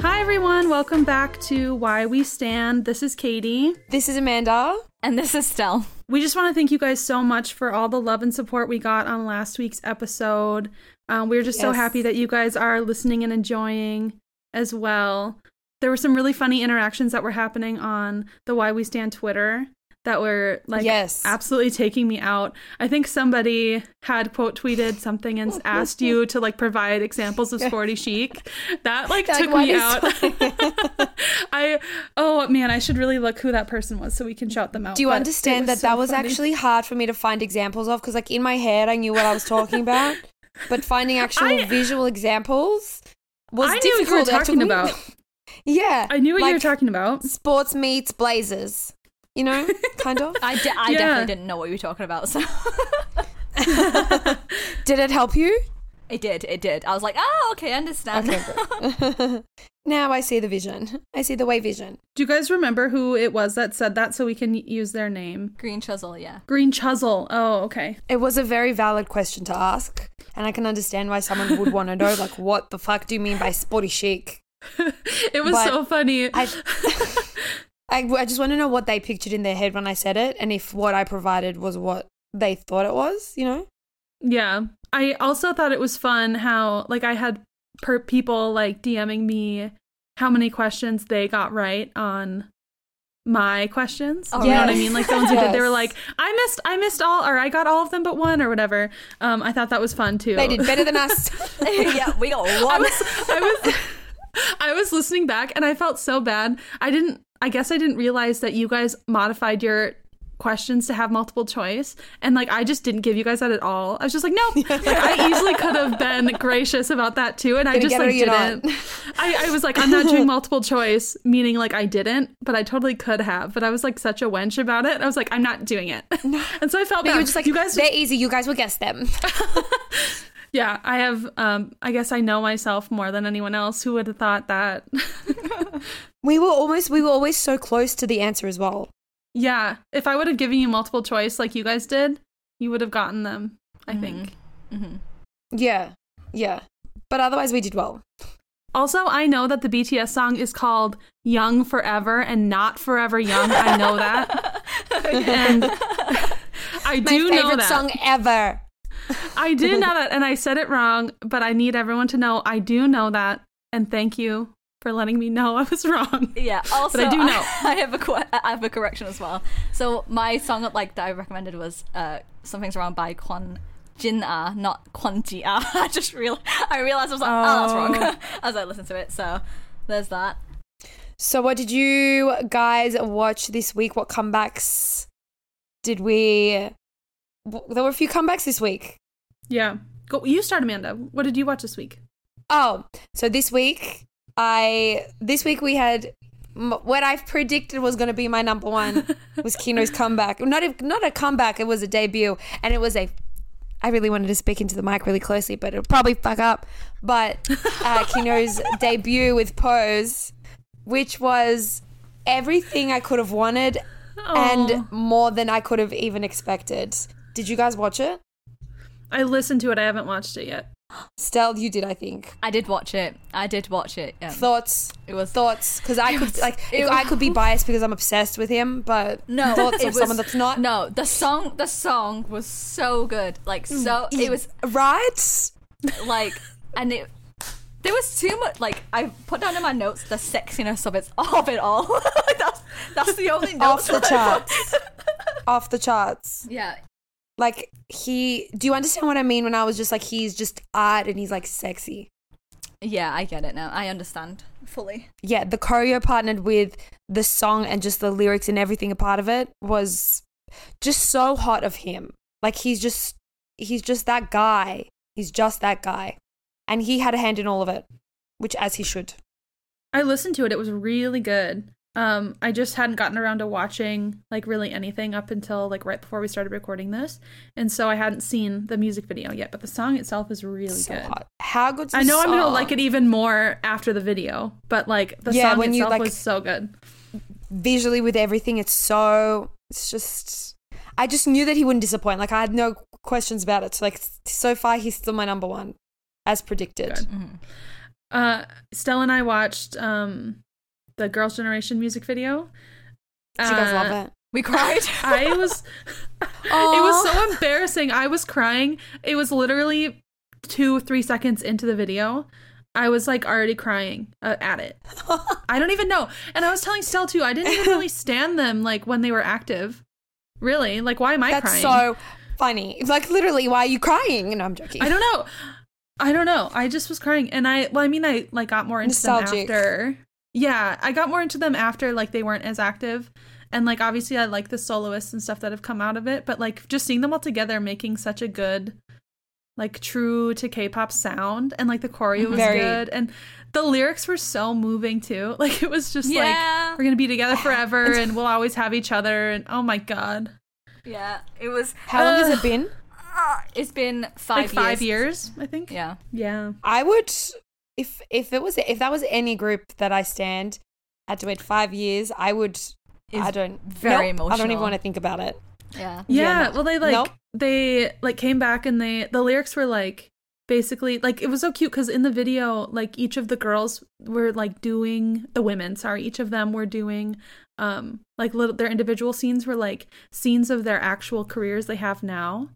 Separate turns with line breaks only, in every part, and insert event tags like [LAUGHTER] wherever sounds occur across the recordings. Hi, everyone. Welcome back to Why We Stand. This is Katie.
This is Amanda.
And this is Stell.
We just want to thank you guys so much for all the love and support we got on last week's episode. Um, we're just so
Yes.
happy that you guys are listening and enjoying as well. There were some really funny interactions that were happening on the Why We Stand Twitter that were like
Yes.
absolutely taking me out. I think somebody had quote tweeted something and asked you to like provide examples
[LAUGHS]
of sporty chic. That like
Like,
took
what
me
is
out. [LAUGHS] I oh man, I should really look who that person was so we can shout them out.
Do you
but it
understand that
so
that was
funny.
actually hard for me to find examples of? Because, like, in my head, I knew what I
[LAUGHS]
was talking about, but finding actual
I-
visual examples was
I knew what
difficult.
you were
It took
talking
me-
about.
[LAUGHS] yeah,
I knew what you were
like,
talking about.
Sports meets blazers,
[LAUGHS]
you know, kind of.
I, de- I
Yeah.
definitely didn't know what you were talking about, [LAUGHS] so
Did it help
[LAUGHS]
you?
it did, it did. I was like, oh, okay, I understand.
Okay, great. [LAUGHS] now I see the vision. I see the way vision.
Do you guys remember who it was that said that so we can use their name?
[LAUGHS] Green chisel, yeah. [LAUGHS]
Green Chuzzle. Oh, okay. [LAUGHS]
It was a very valid question to ask, and I can understand why someone would want to know, like, what the fuck do you mean by sporty chic?
It was
But
so funny.
I, [LAUGHS] I, I just want to know what they pictured in their head when I said it, and if what I provided was what they thought it was, you know?
Yeah. I also thought it was fun how like I had per- people like DMing me how many questions they got right on my questions.
Oh,
you know what I
yes.
mean? Like the ones who did, they were
Yes.
like, I missed, I missed all, or I got all of them but one, or whatever. Um, I thought that was fun too.
They did better
[LAUGHS]
than us.
yeah, we got
I
one.
was,
[LAUGHS]
I was, [LAUGHS] I was listening back, and I felt so bad. I didn't. I guess I didn't realize that you guys modified your questions to have multiple choice, and like I just didn't give you guys that at all. I was just like, nope. Like, I easily could have been gracious about that too, and I
Gonna
just
get it or
like
you're not.
didn't. I, I was like, I'm not doing multiple choice, meaning like I didn't, but I totally could have. But I was like such a wench about it. I was like, I'm not doing it, [LAUGHS] and so I felt
But
bad.
you were just like,
you guys
they're easy. You guys will guess them. [LAUGHS]
yeah, I have. Um, I guess I know myself more than anyone else. Who would have thought
[LAUGHS]
that?
We were almost, we were always so close to the answer as well.
yeah, if I would have given you multiple choice like you guys did, you would have gotten them. I
Mm-hmm.
think. Mm-hmm.
Yeah, yeah. But otherwise, we did well.
Also, I know that the BTS song is called "Young Forever" and not "Forever Young." I know
[LAUGHS]
that, [LAUGHS] and I
My
do know
favorite
that.
song ever.
I do
[LAUGHS]
know that, and I said it wrong, but I need everyone to know I do know that, and thank you for letting me know I was [LAUGHS] wrong.
[LAUGHS] Yeah. Also,
do know.
[LAUGHS] I, have a que- I have a correction as well. So my song like that I recommended was uh, "Something's Wrong" by Kwon Jin Ah, not Kwon Ji Ah. [LAUGHS] I just real I realized I was like, oh, that's wrong. [LAUGHS] As I listened to it, so there's that.
So, what did you guys watch this week? What comebacks did we? w- There were a few comebacks this week.
Yeah, go. You start, Amanda. What did you watch this week?
Oh, so this week I this week we had m- what I've predicted was going to be my number
[LAUGHS]
one was Kino's comeback. Not a, not a comeback. It was a debut, and it was a. I really wanted to speak into the mic really closely, but it'll probably fuck up. But uh,
[LAUGHS]
Kino's debut with Pose, which was everything I could have wanted and more than I could have even expected. Did you guys watch it?
I listened to it. I haven't watched it yet.
Stell, you did, I think.
I did watch it. I did watch it. Um,
Thoughts?
It was-
thoughts because I could
was-
like
it
if I could be biased because I'm obsessed with him, but
No,
thoughts
it
of someone
was-
that's not
No, the song, the song was so good. Like
Mm.
so, it was
right.
like, and it. There was too much. Like I put down in my notes the sexiness of it of it all. [LAUGHS] that's that's the only note.
Off the charts, off the charts.
Yeah,
Like he, do you understand what I mean when I was just like he's just art and he's like sexy.
yeah, I get it now. I understand fully.
Yeah, the choreo partnered with the song and just the lyrics and everything a part of it was just so hot of him. Like he's just he's just that guy. He's just that guy, and he had a hand in all of it, which as he should.
I listened to it. It was really good. Um, I just hadn't gotten around to watching like really anything up until like right before we started recording this, and so I hadn't seen the music video yet. But the song itself is really
so
good.
hot. How good's the
I know I'm gonna
song?
like it even more after the video, but like the
Yeah,
song
when you,
itself
like-
was so good.
visually with everything. It's so it's just I just knew that he wouldn't disappoint. Like I had no
Mm-hmm.
questions about it. So like so far he's still my number one, as predicted.
Good. uh, Stella and I watched um, the Girls' Generation music video.
Did you guys love it?
We cried.
[LAUGHS]
I was Uh, it was so embarrassing. I was crying. It was literally two, three seconds into the video. I was like already crying uh, at
[LAUGHS]
it. I don't even know. And I was telling Stell too, I didn't even
[LAUGHS]
really stand them like when they were active. Really? Like, why am I
That's
crying?
so funny. Like literally, why are you crying? No, I'm joking.
I don't know. I don't know. I just was crying, and I well, I mean, I like got more into
Nostalgic.
them after. Yeah, I got more into them after like they weren't as active, and like obviously I like the soloists and stuff that have come out of it, but like just seeing them all together making such a good, like true to K-pop sound, and like the choreo was
Very.
good, and the lyrics were so moving too. [LAUGHS] Like it was just
Yeah.
like we're gonna be together forever, and we'll always have each other, and oh my god,
[LAUGHS] yeah, it was.
How long has it been?
Ah, it's been
like
five
five
years.
years, I think.
Yeah.
yeah.
I would if if it was if that was any group that I stand, I had to wait five years. I would. I don't.
very
nope, I don't even
emotional.
want to think about it.
Yeah.
yeah,
no-
well they like
nope.
they like came back and they the lyrics were like basically like it was so cute because in the video like each of the girls were like doing the women sorry each of them were doing um like little their individual scenes were like scenes of their actual careers they have now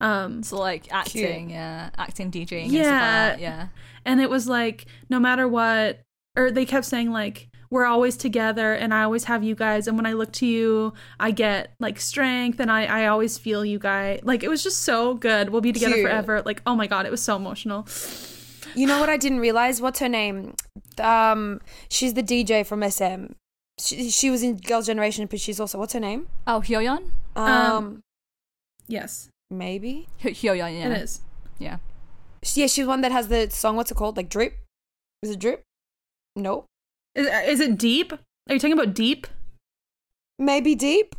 um
So like acting, yeah, acting, DJing, yeah, and stuff like
Yeah.
that, yeah.
and it was like no matter what or they kept saying like we're always together and i always have you guys and when i look to you i get like strength and i i always feel you guys like it was just so good we'll be together
Cute.
forever like oh my god it was so emotional
You know what I didn't realize? What's her name? Um, she's the DJ from SM. She, she was in Girls' Generation, but she's also what's her name?
Oh, Hyoyeon,
Um,
yes
maybe.
Hy- Hyoyeon, yeah,
it is
yeah.
She- Yeah, she's the one that has the song. What's it called? Like drip? Is it drip? No.
is, is it deep are you talking about deep
Maybe deep.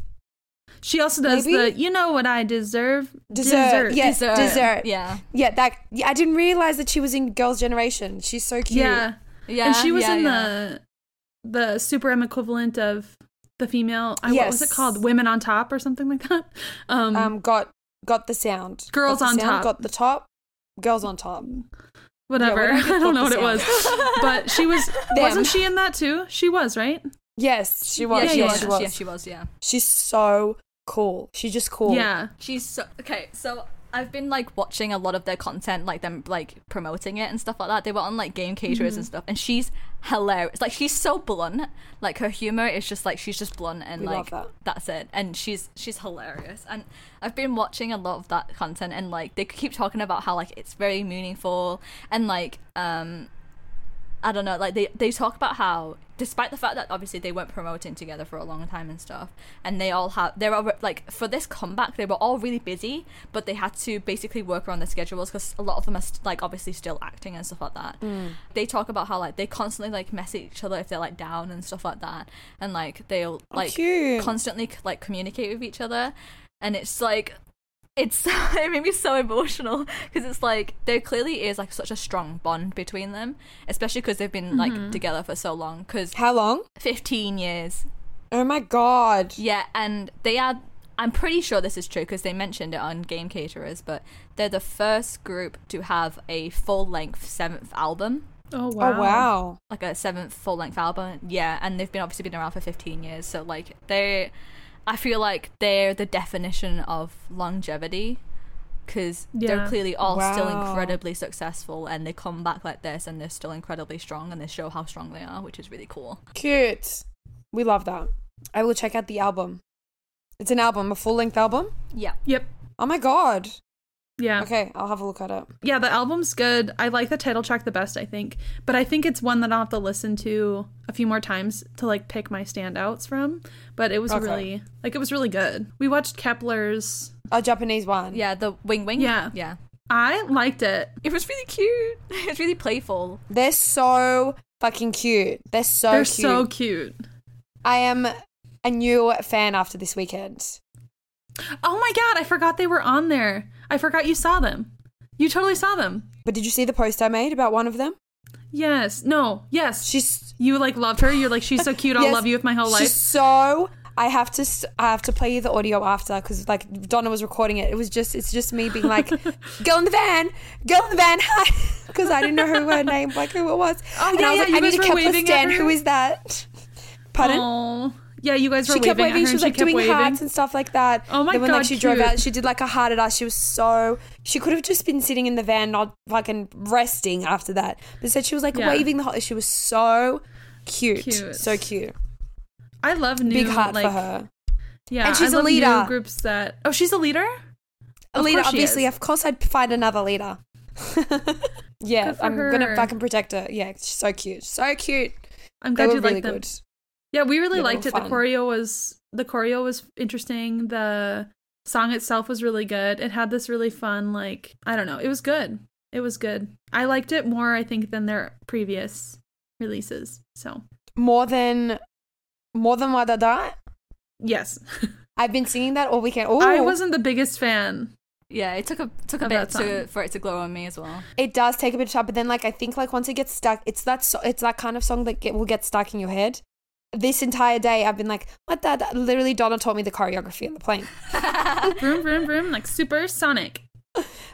she also does
Maybe?
the you know what i deserve
Dessert. Yeah,
Dessert,
Eh, dessert.
yeah,
Yeah, that. Yeah, I didn't realize that she was in Girls' Generation. She's so cute.
yeah
yeah.
and she was
yeah,
in
yeah.
the the super M equivalent of the female. I, What was it
Yes.
called? Women on top or something like that. Um,
Um, got got the sound.
Girls
Got the
on
sound,
top.
Got the top. Girls on top.
whatever.
yeah, what did
[LAUGHS]
I
I
get
don't know what
called
it was, [LAUGHS] but she was. Wasn't she in that too? She was right.
Yes, she
yeah,
was.
she
Yeah,
was,
she was.
yeah, she was, yeah.
She's so cool. She's just cool.
Yeah.
She's so okay. So I've been like watching a lot of their content, like them like promoting it and stuff like that. They were on like game caterers
Mm-hmm.
and stuff, and she's hilarious. Like she's so blunt. Like her humor is just like she's just blunt and
We
like
love that.
that's it. And she's she's hilarious. And I've been watching a lot of that content, and like they keep talking about how like it's very meaningful and like um I don't know, like they, they talk about how despite the fact that obviously they weren't promoting together for a long time and stuff, and they all have they're all like for this comeback they were all really busy, but they had to basically work around their schedules because a lot of them are st- like obviously still acting and stuff like that. They talk about how like they constantly like message each other if they're like down and stuff like that, and like they'll like
cute.
constantly like communicate with each other, and it's like it's [LAUGHS] it made me so emotional because it's like there clearly is like such a strong bond between them, especially because they've been like together for so long. Because
How long?
fifteen years,
Oh my god.
yeah, and they are. I'm pretty sure this is true because they mentioned it on Game Caterers, but they're the first group to have a full length seventh album,
Oh wow.
Oh wow.
like a seventh full length album. Yeah, and they've been obviously been around for 15 years, so like they, I feel like they're the definition of longevity because they're
Yeah.
clearly all still
Wow.
incredibly successful and they come back like this and they're still incredibly strong and they show how strong they are, which is really cool.
Cute. We love that. I will check out the album. It's an album, a full length album.
Yeah.
Yep.
Oh my god.
Yeah.
Okay, I'll have a look at it.
Yeah. The album's good. I like the title track the best. I think, but I think it's one that I'll have to listen to a few more times to like pick my standouts from. But it was
Okay.
really like it was really good. We watched Kepler's.
A Japanese one.
Yeah, the wing wing.
Yeah.
Yeah.
I liked it.
It was really cute. [LAUGHS] It was really playful.
They're so fucking cute. They're so
They're
cute.
so cute.
I am a new fan after this weekend.
Oh my god, I forgot they were on there. I forgot you saw them. You totally saw them.
But did you see the post I made about one of them?
Yes. No. Yes.
She's
you like loved her. You're like she's so cute. I'll
yes,
love you with my whole
She's
life.
so I have to s- I have to play you the audio after because like Donna was recording it. It was just it's just me
[LAUGHS]
being like, "Go in the van, go in the van," hi, [LAUGHS] because I didn't know who her name like who it was.
Oh,
and
yeah,
I was
yeah,
like,
you
I need
guys
a
were
Kepler
waving at
stand.
her.
Who is that? Pardon?
Oh, yeah, you guys were
she kept
waving. at her
waving.
and
She was like
kept
doing
waving.
hearts and stuff like that.
Oh my
then when, like,
God,
she drove
cute.
out, she did like a heart at us. She was so she could have just been sitting in the van, not fucking resting after that. But said she was like
Yeah.
waving the whole. She was so cute,
Cute.
so cute.
I love new
Big heart
like
for her.
yeah,
And she's
I
a
love new
leader.
Groups that oh, she's a leader.
A
Of
leader,
course she
obviously.
is.
Of course, I'd find another leader. [LAUGHS] yeah,
Good for
I'm gonna
her.
fucking protect her. Yeah, she's so cute, so cute.
I'm
They
glad
were
you
really
liked them.
good.
Yeah, we really
Yeah, they
liked
were
it.
fun.
The choreo was the choreo was interesting. The song itself was really good. It had this really fun like I don't know. It was good. It was good. I liked it more I think than their previous releases. So
More than, more than Wadada.
yes, [LAUGHS]
I've been singing that all weekend. Oh,
I wasn't the biggest fan.
Yeah, it took a took a
Of
bit
Oh, that
to,
song.
for it to glow on me as well. [LAUGHS]
It does take a bit of time, but then like I think like once it gets stuck, it's that so- it's that kind of song that get, will get stuck in your head. This entire day, I've been like, what that? Literally, Donna taught me the choreography on the
[LAUGHS]
plane.
Vroom vroom vroom like supersonic.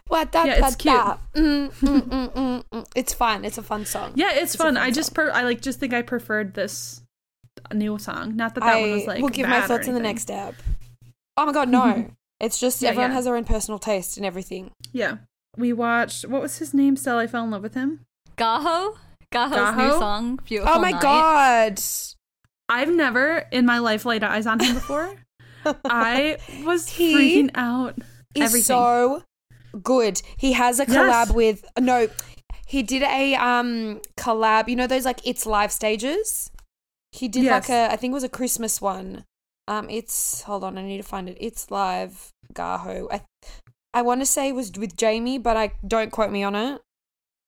What that?
Yeah, it's cute.
Mm, mm, mm, mm, mm. It's fun. It's a fun song.
Yeah, it's,
It's a
fun.
fun
I just per- I like just think I preferred this new song. Not that that one was
I
like.
will give
bad
my
or
thoughts in the
anything. Mm-hmm.
next step. Oh my god, no! it's just
Yeah,
everyone
yeah.
has their own personal taste and everything.
Yeah, we watched. What was his name? Still, I fell in love with him.
Gaho, Gaho's new
Gaho?
song, beautiful.
Oh my
Night.
god!
I've never in my life laid eyes on him
[LAUGHS]
before. I was
He-
freaking out.
is
Everything.
so good. He has a
Yes.
collab with no, he did a um collab. You know those like it's live stages. He did
Yes.
like a I think it was a Christmas one. Um, it's hold on, I need to find it. It's live Gaho. I I want to say it was with Jamie, but I don't quote me on it.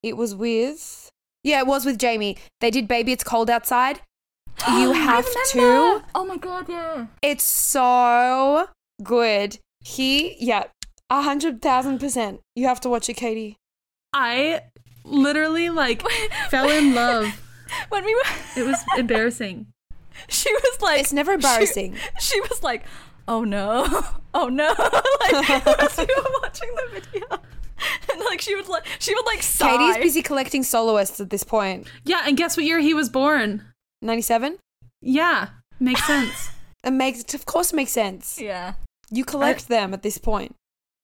It was with yeah, it was with Jamie. They did Baby It's Cold Outside.
[GASPS]
You
I
have to.
remember! Oh my god, yeah.
It's so good. He, yeah, a hundred thousand percent. You have to watch it, Katie.
I literally like
[LAUGHS]
fell in love.
When we were,
It was embarrassing.
[LAUGHS] she was like,
[LAUGHS]
It's never embarrassing.
She, she was like, oh no, [LAUGHS] oh no, like [LAUGHS] as we were watching the video, and like she would like she would like sigh.
Katie's busy collecting soloists at this point.
Yeah, and guess what year he was born?
Ninety-seven.
Yeah, makes sense.
It makes, it of course, makes sense.
Yeah. [LAUGHS]
You collect them at this point.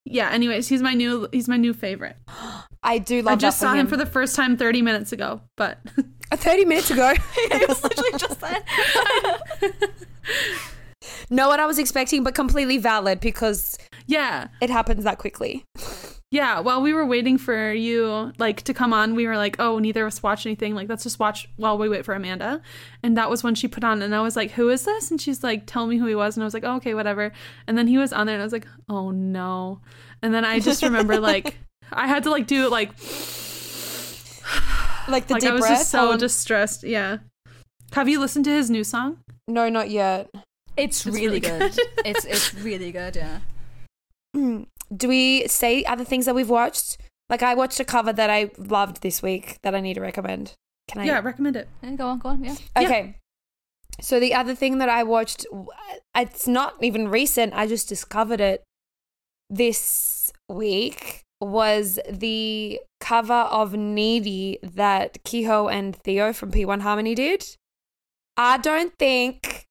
Yeah. Anyways, he's my new he's my new favorite.
I do love.
I just
that
saw
for
him. for the first time 30 minutes ago, but [LAUGHS]
Uh, thirty minutes ago.
it was literally just that.
Know what I was expecting, but completely valid because
yeah.
it happens that quickly.
Yeah, while we were waiting for you like to come on, we were like, "Oh, neither of us watched anything. Like, let's just watch while we wait for Amanda." And that was when she put on and I was like, "Who is this?" And she's like, "Tell me who he was." And I was like, oh, "Okay, whatever." And then he was on there and I was like, "Oh no." And then I
[LAUGHS]
just remember like I had to like do it like
Like the
like
deep
I was
breath.
just so
um,
distressed. Yeah. Have you listened to his new song?
no, not yet.
It's, really,
really
good. it's it's really good, yeah.
Mm. Do we say other things that we've watched? Like I watched a cover that I loved this week that I need to recommend. Can I?
Yeah, recommend it.
Yeah, Go on, go on, yeah.
yeah.
Okay. So the other thing that I watched, w- it's not even recent. I just discovered it this week. Was the cover of "Needy" that Kehoe and Theo from P1 Harmony did? I don't think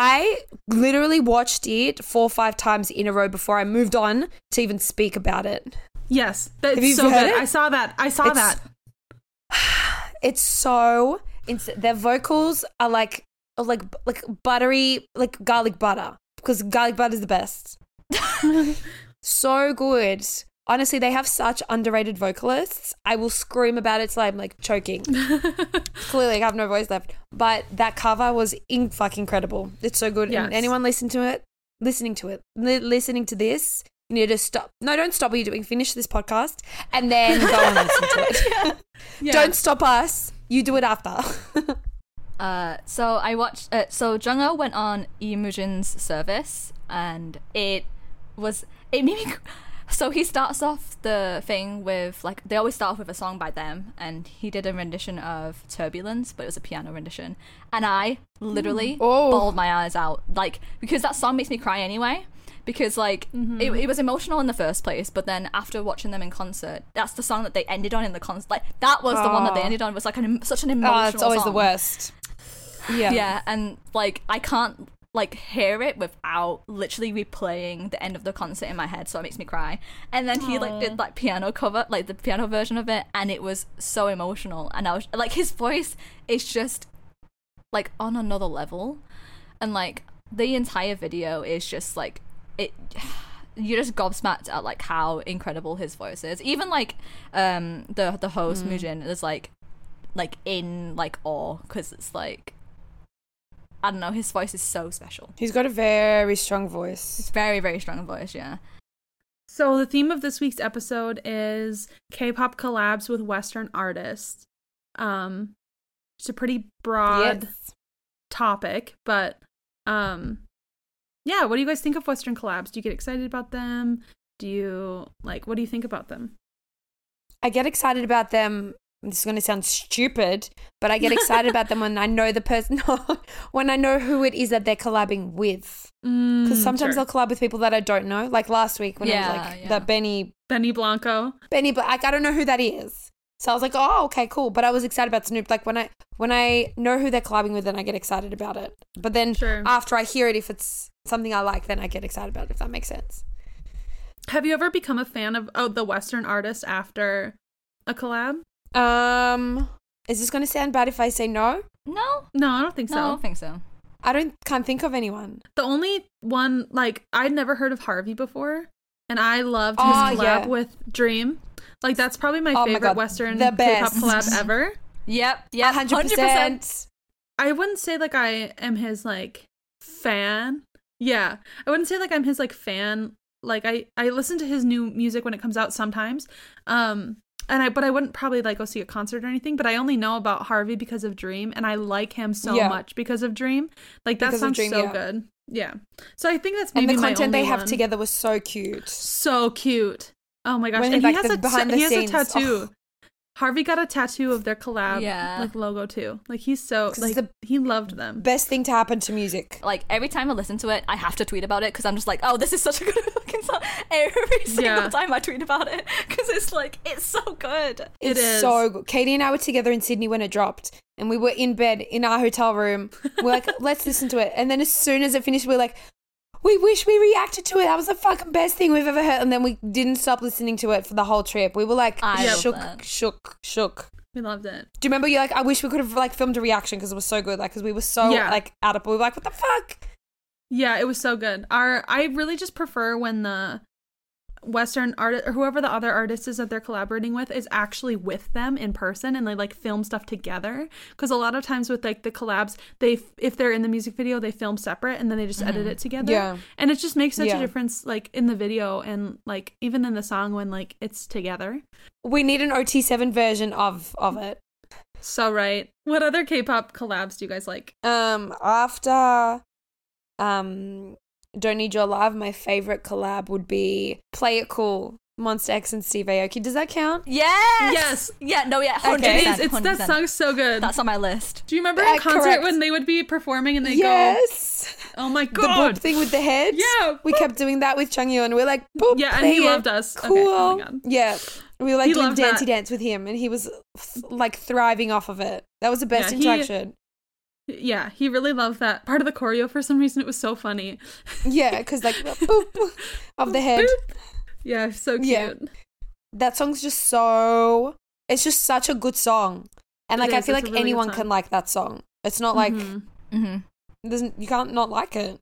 I literally watched it four or five times in a row before I moved on to even speak about it.
Yes. That's
Have you
so
heard
good.
it?
I saw that. I saw
It's-
that.
It's so it's, their vocals are like are like like buttery like garlic butter because garlic butter is the best. so good. Honestly, they have such underrated vocalists. I will scream about it till I'm like choking. Clearly, I have no voice left. But that cover was in fucking incredible. It's so good.
Yes.
And anyone listen to it, listening to it, li- listening to this, you need to stop. No, don't stop what you're doing. Finish this podcast and then go and listen to it.
Yeah.
Don't stop us. You do it after. [LAUGHS]
Uh, so I watched. Uh, so Jungo went on Imujin's service, and it was it made me. So he starts off the thing with like they always start off with a song by them, and he did a rendition of Turbulence, but it was a piano rendition, and I literally
Oh.
bawled my eyes out, like because that song makes me cry anyway. Because like
Mm-hmm.
it, it was emotional in the first place, but then after watching them in concert, that's the song that they ended on in the concert. Like that was the one that they
Oh.
ended on was like an, em- such an emotional.
Oh, it's always the
song
worst. Yeah.
yeah and like i can't like hear it without literally replaying the end of the concert in my head so it makes me cry and then he like did like piano cover like the piano version of it and it was so emotional and i was like his voice is just like on another level and like the entire video is just like it [SIGHS] you're just gobsmacked at like how incredible his voice is even like um the the host mujin is like like in like awe because it's like i don't know his voice is so special
He's got a very strong voice.
it's very very strong voice yeah
So the theme of this week's episode is K-pop collabs with Western artists. Um, it's a pretty broad
Yes.
topic, but um, yeah. What do you guys think of Western collabs? Do you get excited about them? Do you like? What do you think about them?
I get excited about them. This is going to sound stupid, but I get excited about them when I know the person, [LAUGHS] when I know who it is that they're collabing with. Because sometimes they'll collab with people that I don't know. Like last week when I was
Mm, Yeah,
like,
yeah.
that Benny,
Benny Blanco.
Benny, but like, I don't know who that is. So I was like, oh, okay, cool. But I was excited about Snoop. Like when I when I know who they're collabing with, then I get excited about it. But then
Sure.
after I hear it, if it's something I like, then I get excited about it. If that makes sense.
Have you ever become a fan of oh, the Western artist after a collab?
Um, is this going to sound bad if I say no?
no
No, I don't think
no
so.
i don't think so
I don't can't think of anyone.
The only one like I'd never heard of Harvey before, and I loved his
Oh,
collab
yeah.
with Dream. Like that's probably my
Oh my
favorite
God,
Western K-pop
the best.
collab ever.
yep yeah
Yeah, hundred percent.
I wouldn't say like I am his like fan. Yeah, I wouldn't say like I'm his like fan. Like I I listen to his new music when it comes out sometimes. Um and I but I wouldn't probably like go see a concert or anything, but I only know about Harvey because of Dream and I like him so
Yeah.
much because of Dream. Like that
Because of
sounds
Dream,
so
yeah.
good. Yeah. So I think that's
And
maybe
the
my
content they
only
have
one.
together was so cute.
so cute. Oh my gosh!
When,
and
like,
he has
the
a
behind
ta-
the
he has a
scenes. oh.
tattoo. Harvey got a tattoo of their collab,
Yeah.
like logo too. Like he's so
'Cause
like
it's the
he loved them.
Best thing to happen to music.
like every time i listen to it i have to tweet about it because i'm just like oh this is such a good [LAUGHS] fucking song every single
Yeah.
time i tweet about it [LAUGHS] because it's like it's so good
It
It's
is.
so good. Katie and I were together in Sydney when it dropped, and we were in bed in our hotel room. We're like, let's listen to it. And then as soon as it finished, we are like, we wish we reacted to it. That was the fucking best thing we've ever heard. And then we didn't stop listening to it for the whole trip. We were like,
I love
shook,
that.
shook, shook.
We loved it.
Do you remember? You're like, I wish we could have like filmed a reaction because it was so good. Like, because we were so
Yeah.
like out of. We were like, what the fuck?
Yeah, it was so good. Our I really just prefer when the Western artist or whoever the other artist is that they're collaborating with is actually with them in person and they like film stuff together. Because a lot of times with like the collabs, they f- if they're in the music video, they film separate and then they just edit it together.
Mm-hmm. Yeah.
and it just makes such a
Yeah.
difference, like in the video and like even in the song when like it's together.
We need an OT7 version of of it.
So right, what other K-pop collabs do you guys like?
Um, after um, Don't Need Your Love, my favorite collab would be Play It Cool, Monster X and Steve Aoki. Does that count?
yes
Yes.
yeah no yeah 100%,
Okay.
It is. It's that
100%.
song's so good.
that's on my list
do you remember
Uh,
in concert
correct.
when they would be performing and they go,
yes.
"Oh my
The boop
god,
thing with the head.
Yeah,
We kept doing that with Chung Yun. We're like, boop.
Yeah, and he
play it.
loved us. Okay,
Cool.
oh my God.
Yeah. We were like
He
doing
loved
dancey
that.
dance with him, and he was like thriving off of it. That was the best
Yeah, he-
interaction.
Yeah, he really loved that part of the choreo for some reason. It was so funny.
Yeah, because like the
[LAUGHS]
boop of the head.
Boop. Yeah, so cute.
Yeah. That song's just so. It's just such a good song, and
It
like I
is,
feel
it's
like
a really good
anyone can
song.
like that song. It's not like
Mhm.
mm-hmm.
there's, you can't not like it.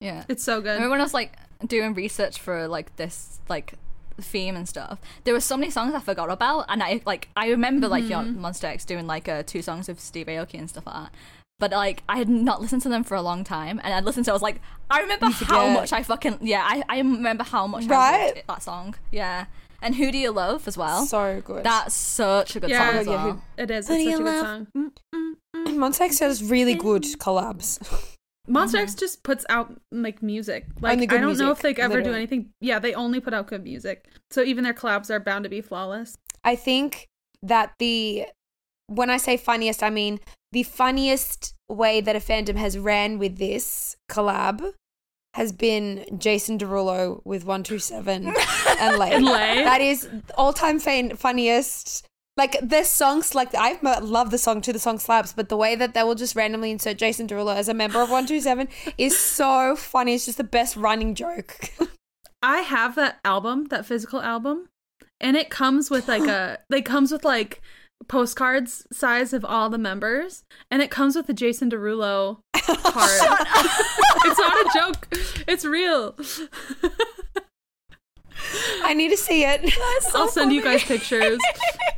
yeah
it's so good.
I remember when I was like doing research for like this like theme and stuff. There were so many songs I forgot about, and I like I remember like your Monster X doing like uh, two songs with Steve Aoki and stuff like that. But like I had not listened to them for a long time, and I listened to. it, I was like, I remember how
forget.
much I fucking yeah. I, I remember how much I
Right?
loved it, that song. Yeah, and Who Do You Love as well.
so good.
That's such a good
Yeah.
song as
Oh, yeah,
well. [LAUGHS]
It is. It's
Honey,
such a
I
good
love-
song. Mm, mm, mm.
Montex has really good collabs.
Monster X just puts out like music. Like
Only good
I don't know
music,
if they ever do
literally.
anything. Yeah, they only put out good music. So even their collabs are bound to be flawless.
I think that the when I say funniest, I mean the funniest way that a fandom has ran with this collab has been Jason Derulo with One Two Seven and Lay.
And Lay.
That is all time fan- funniest. Like their songs, like I m- love the song to the song slaps, but the way that they will just randomly insert Jason Derulo as a member of One Two Seven is so funny. It's just the best running joke. [LAUGHS]
I have that album, that physical album, and it comes with like
[GASPS]
a they comes with like postcards size of all the members, and it comes with the Jason
[LAUGHS]
Derulo card. it's not a joke. It's real.
I need to see it.
I'll send you guys
[LAUGHS]
pictures.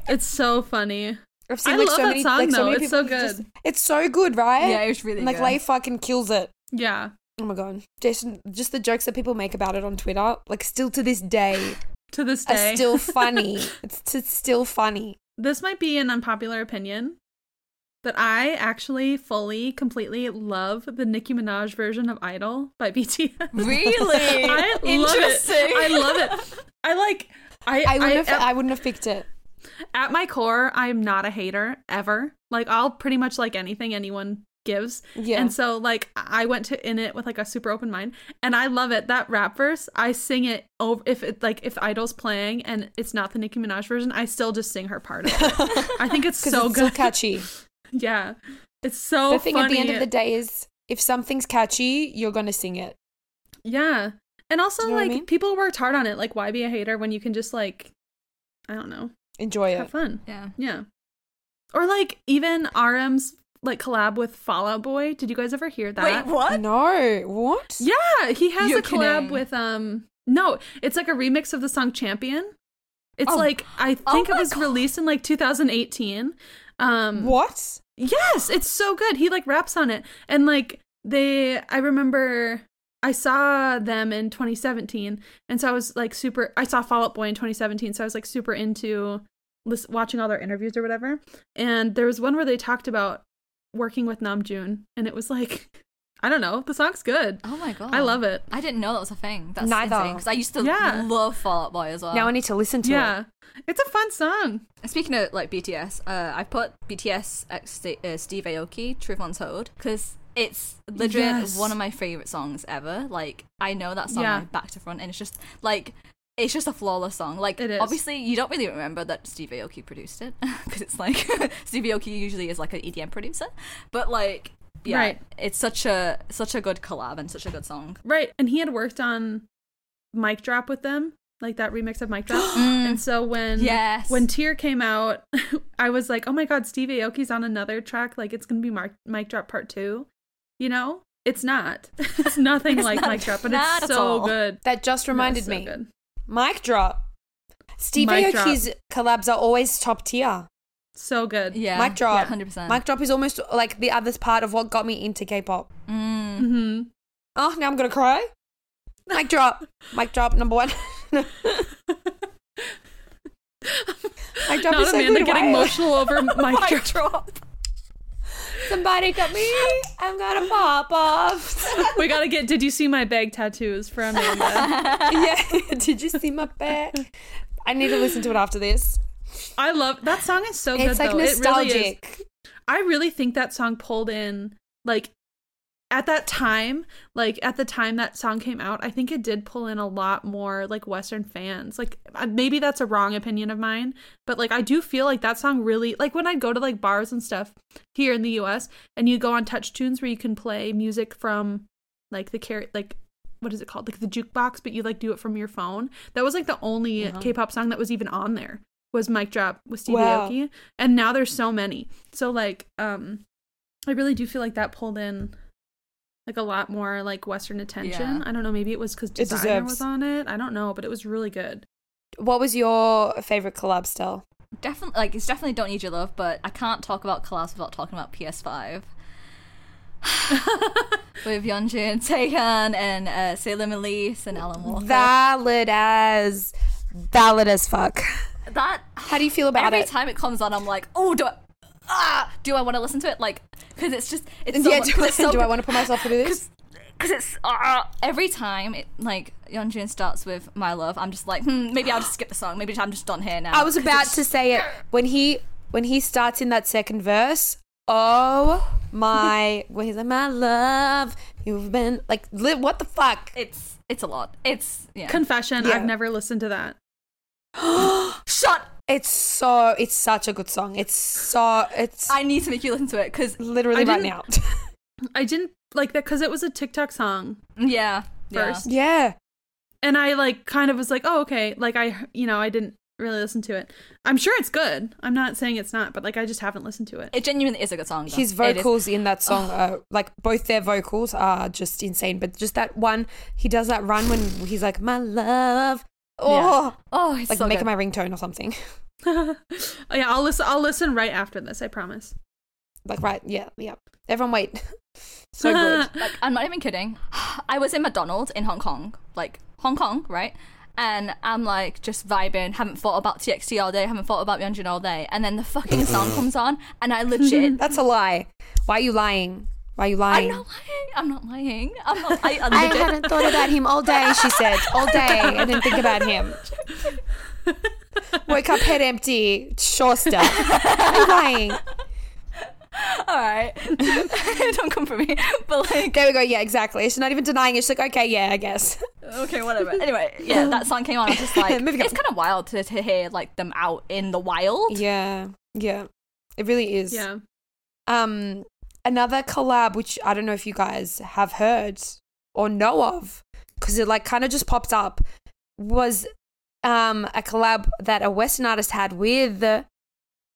It's so funny.
I've
I love that song, though. It's so
who just-
good.
it's so good, right?
Yeah, it was really
like
good.
Lay fucking kills it.
Yeah.
Oh my god, Jason! Just the jokes that people make about it on Twitter, like still to
[LAUGHS]
this day,
To this
are
day. [LAUGHS]
still funny. it's, it's still funny.
this might be an unpopular opinion, but I actually fully, completely love the Nicki Minaj version of Idol by [LAUGHS] BTS.
[LAUGHS] really
I [LAUGHS] love it.
interesting.
I love it. I like. I,
I
I,
wouldn't have.
at,
I wouldn't have
[LAUGHS]
picked it. [LAUGHS]
at my core, I'm not a hater ever. Like I'll pretty much like anything anyone gives.
Yeah.
And so like I went to in it with like a super open mind, and I love it. That rap verse, I sing it over if it like if Idol's playing and it's not the Nicki Minaj version, I still just sing her part of it. I think
[LAUGHS]
it's
Because
so
it's
good.
so catchy.
[LAUGHS] Yeah. It's so
the thing
funny.
at the end of the day is, if something's catchy, you're gonna sing it.
Yeah. And also
You know what I
like
mean?
people worked hard on it. Like why be a hater when you can just like I don't know,
Enjoy it.
have fun.
yeah.
Yeah. Or like even RM's like collab with Fallout Boy. Did you guys ever hear that?
Wait, what?
No, what?
Yeah, he has
You're
a collab
kidding.
with um no, it's like a remix of the song Champion. It's
Oh.
like I
Oh
think it
my
was
God.
released in like 2018. Um
What?
Yes, it's so good. He like raps on it. And like they I remember I saw them in 2017 and so I was like super I saw Fall Out Boy in 2017 so I was like super into lis- watching all their interviews or whatever. And there was one where they talked about working with Namjoon and it was like [LAUGHS] I don't know, the song's good.
Oh my god!
I love it.
I didn't know that was a thing. That's
Neither.
because I used to
Yeah.
love Fall Out Boy as well.
Now I need to listen to it.
Yeah. It's a fun song.
Speaking of like BTS, uh, I put BTS ex Sta- uh, Steve Aoki, Truth Untold, because it's legit
Yes.
one of my favorite songs ever. Like I know that song
Yeah.
like, back to front, and it's just like it's just a flawless song. Like
It is.
obviously you don't really remember that Steve Aoki produced it [LAUGHS] because it's like Steve Aoki usually is like an EDM producer, but like yeah,
Right.
it's such a such a good collab and such a good song.
Right. And he had worked on Mic Drop with them, like that remix of Mic Drop.
[GASPS]
and so when
Yes.
when Tear came out, [LAUGHS] I was like, oh my God, Steve Aoki's on another track. Like it's going to be Mark- Mic Drop Part 2. You know? It's not. [LAUGHS] It's nothing like
not-
Mic Drop, but
not
it's
at
so
all.
good.
That just
No,
reminded
it's so
me.
good.
Mic drop. Steve
Mic drop.
Aoki's collabs are always top tier.
So good. [LAUGHS]
[LAUGHS]
Yeah,
Mic drop.
hundred percent.
Mic drop is almost like the other part of what got me into K-pop.
Mm.
hmm
Oh, now I'm gonna cry. Mic drop. Mic drop. Number one. [LAUGHS] Mic drop
Not
is so
Amanda
good.
getting
Why-
emotional
[LAUGHS]
over Mic Drop. [LAUGHS]
drop.
Somebody got me. I'm gonna
[LAUGHS]
pop off. [LAUGHS]
We got to get, did you see my bag tattoos for Amanda?
[LAUGHS] yeah. Did you see my back? I need to listen to it after this.
I love, that song is so good
It's like
though. It really is.
nostalgic.
I really think that song pulled in like at that time, like at the time that song came out, I think it did pull in a lot more like western fans. Like uh, maybe that's a wrong opinion of mine, but like I do feel like that song really like when I go to like bars and stuff here in the US and you go on touch tunes where you can play music from like the car like what is it called? Like the jukebox, but you like do it from your phone. That was like the only K-pop song that was even on there was Mic Drop with Stevie
Wow.
Aoki, and now there's so many. So like, um, I really do feel like that pulled in like a lot more like Western attention.
Yeah.
I don't know, maybe it was because
It
Designer
deserves.
was on it. I don't know, but it was really good.
What was your favorite collab style?
definitely like it's definitely don't need your love but i can't talk about collabs without talking
[LAUGHS]
about ps5 with Yeonjin, Taehyun, and uh, Sailor Elise and Alan Walker.
Valid as valid as fuck.
that
How do you feel about
every
it?
time it comes on, I'm like, oh, do I, ah, do I want to listen to it? Like, because it's just it's
And
so
yeah,
much-
do,
'cause
I,
it's
[LAUGHS]
so
do I
good.
want to put myself through this?
because it's uh, every time it like Yeonjun starts with "My Love," I'm just like, hmm, maybe I'll just skip the song. Maybe I'm just done here now.
I was about to say it when he when he starts in that second verse. Oh my, where he's like, my love, you've been like, li- what the fuck?
It's it's a lot. It's yeah.
Confession,
Yeah.
I've never listened to that.
Shut.
It's so, it's such a good song. It's so, it's
I need to make you listen to it because
literally
I
right now. [LAUGHS]
didn't- I didn't like that because it was a TikTok song
yeah, yeah.
first.
yeah,
And I like kind of was like, oh, okay. Like I, you know, I didn't really listen to it. I'm sure it's good. I'm not saying it's not, but like I just haven't listened to it.
It genuinely is a good song. though.
his
It is.
vocals in that song are like both their vocals are just insane. But just that one, he does that run when he's like, my love. Oh,
Oh, it's
like
so
make
good.
it my ringtone or something. [LAUGHS]
Oh, yeah, I'll listen. I'll listen right after this. I promise.
Like right, yeah, yeah. Everyone wait. [LAUGHS] so good.
like I'm not even kidding. I was in McDonald's in Hong Kong, like Hong Kong, right? And I'm like just vibing, haven't thought about TXT all day, haven't thought about Yeonjun all day, and then the fucking song comes on, and I legit.
[LAUGHS] That's a lie. Why are you lying? Why are you
I'm
lying?
not lying. I'm not lying. I'm not. I, I
[LAUGHS] I
legit-
hadn't thought about him all day, she said. All day. I didn't think about him. Woke up head empty. Sure stuff. I'm lying.
All right. [LAUGHS] Don't come for me. But like,
There we go. Yeah, exactly. She's not even denying it. She's like, okay, yeah, I guess.
okay, whatever. Anyway, yeah, that song came on. I was
[LAUGHS]
just like,
Moving on.
it's kind of wild to, to hear like them out in the wild.
Yeah. Yeah. It really
[LAUGHS]
is.
Yeah.
Um, another collab, which I don't know if you guys have heard or know of, because it like kind of just popped up, was um a collab that a Western artist had with a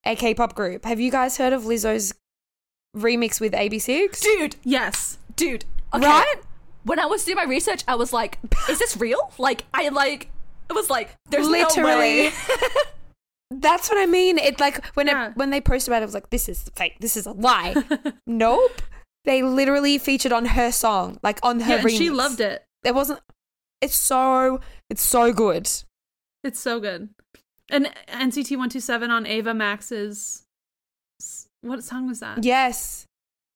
K-pop group. Have you guys heard of Lizzo's remix with AB6?
Dude,
Yes.
dude. Okay.
Right?
When I was doing my research, I was like, is this real? Like, I like, it was like, there's no
Literally.
way.
[LAUGHS]
[LAUGHS]
That's what I mean. It like when
Yeah.
it, when they posted about it, I was like, this is fake. This is
[LAUGHS]
a lie. nope. They literally featured on her song, like on her
Yeah, and she
remix.
loved it.
There wasn't. It's so. It's so good.
It's so good. And NCT 127 on Ava Max's. What song was that?
Yes.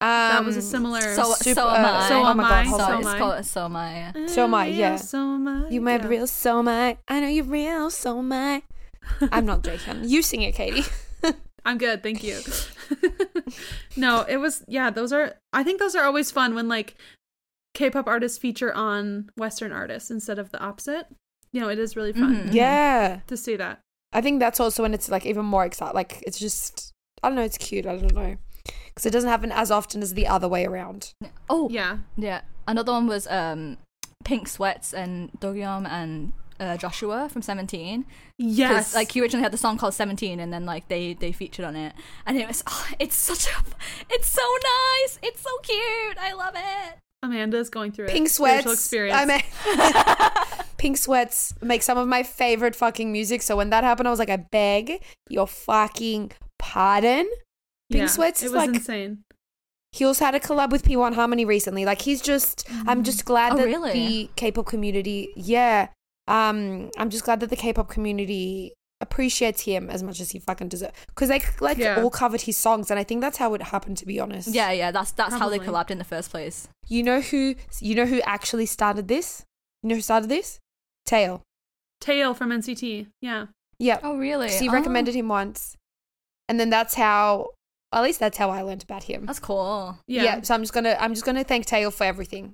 Um,
That was a similar.
So,
Super-
so am I.
So
oh
am
my God,
I,
hold
so
So
on.
it's
am I.
called So Am I.
So am I,
real,
yeah.
So am I.
You made
yeah.
real so my. I know you real so my. I'm
[LAUGHS]
not joking. You sing it, Katie.
I'm good, thank
[LAUGHS]
you. [LAUGHS] no, it was yeah. Those are. I think those are always fun when like K-pop artists feature on Western artists instead of the opposite. You know, it is really fun
Mm-hmm.
Mhm.
Yeah.
to see that.
I think that's also when it's like even more exciting. Like it's just I don't know. It's cute. I don't know because it doesn't happen as often as the other way around.
Oh, yeah.
Yeah,
Another one was um, Pink Sweats and Dogyom and uh, Joshua from Seventeen. 'Cause,
yes.
Like he originally had the song called Seventeen, and then like they they featured on it, and it was oh, it's such a it's so nice, it's so cute, I love it.
Amanda's going through
Pink
it. Spiritual
sweats.
Experience.
I mean, [LAUGHS] pink sweats make some of my favorite fucking music. So when that happened, I was like, I beg your fucking pardon. Pink
Yeah,
Sweats
It
is
was
like-
insane.
He also had a collab with P1 Harmony recently. Like he's just I'm just glad
Oh,
that
really?
the K-pop community, yeah. Um I'm just glad that the K-pop community appreciates him as much as he fucking deserves cuz they like
Yeah.
all covered his songs and I think that's how it happened to be honest.
Yeah, yeah, that's that's how they
Probably.
collabed in the first place.
You know who you know who actually started this? You know who started this? Tail.
Tail from NCT. Yeah.
Yeah.
Oh, really?
So you recommended him once. And then that's how at least that's how I learned about him.
Oh, That's cool.
Yeah.
so I'm just going to I'm just going to thank Tail for everything.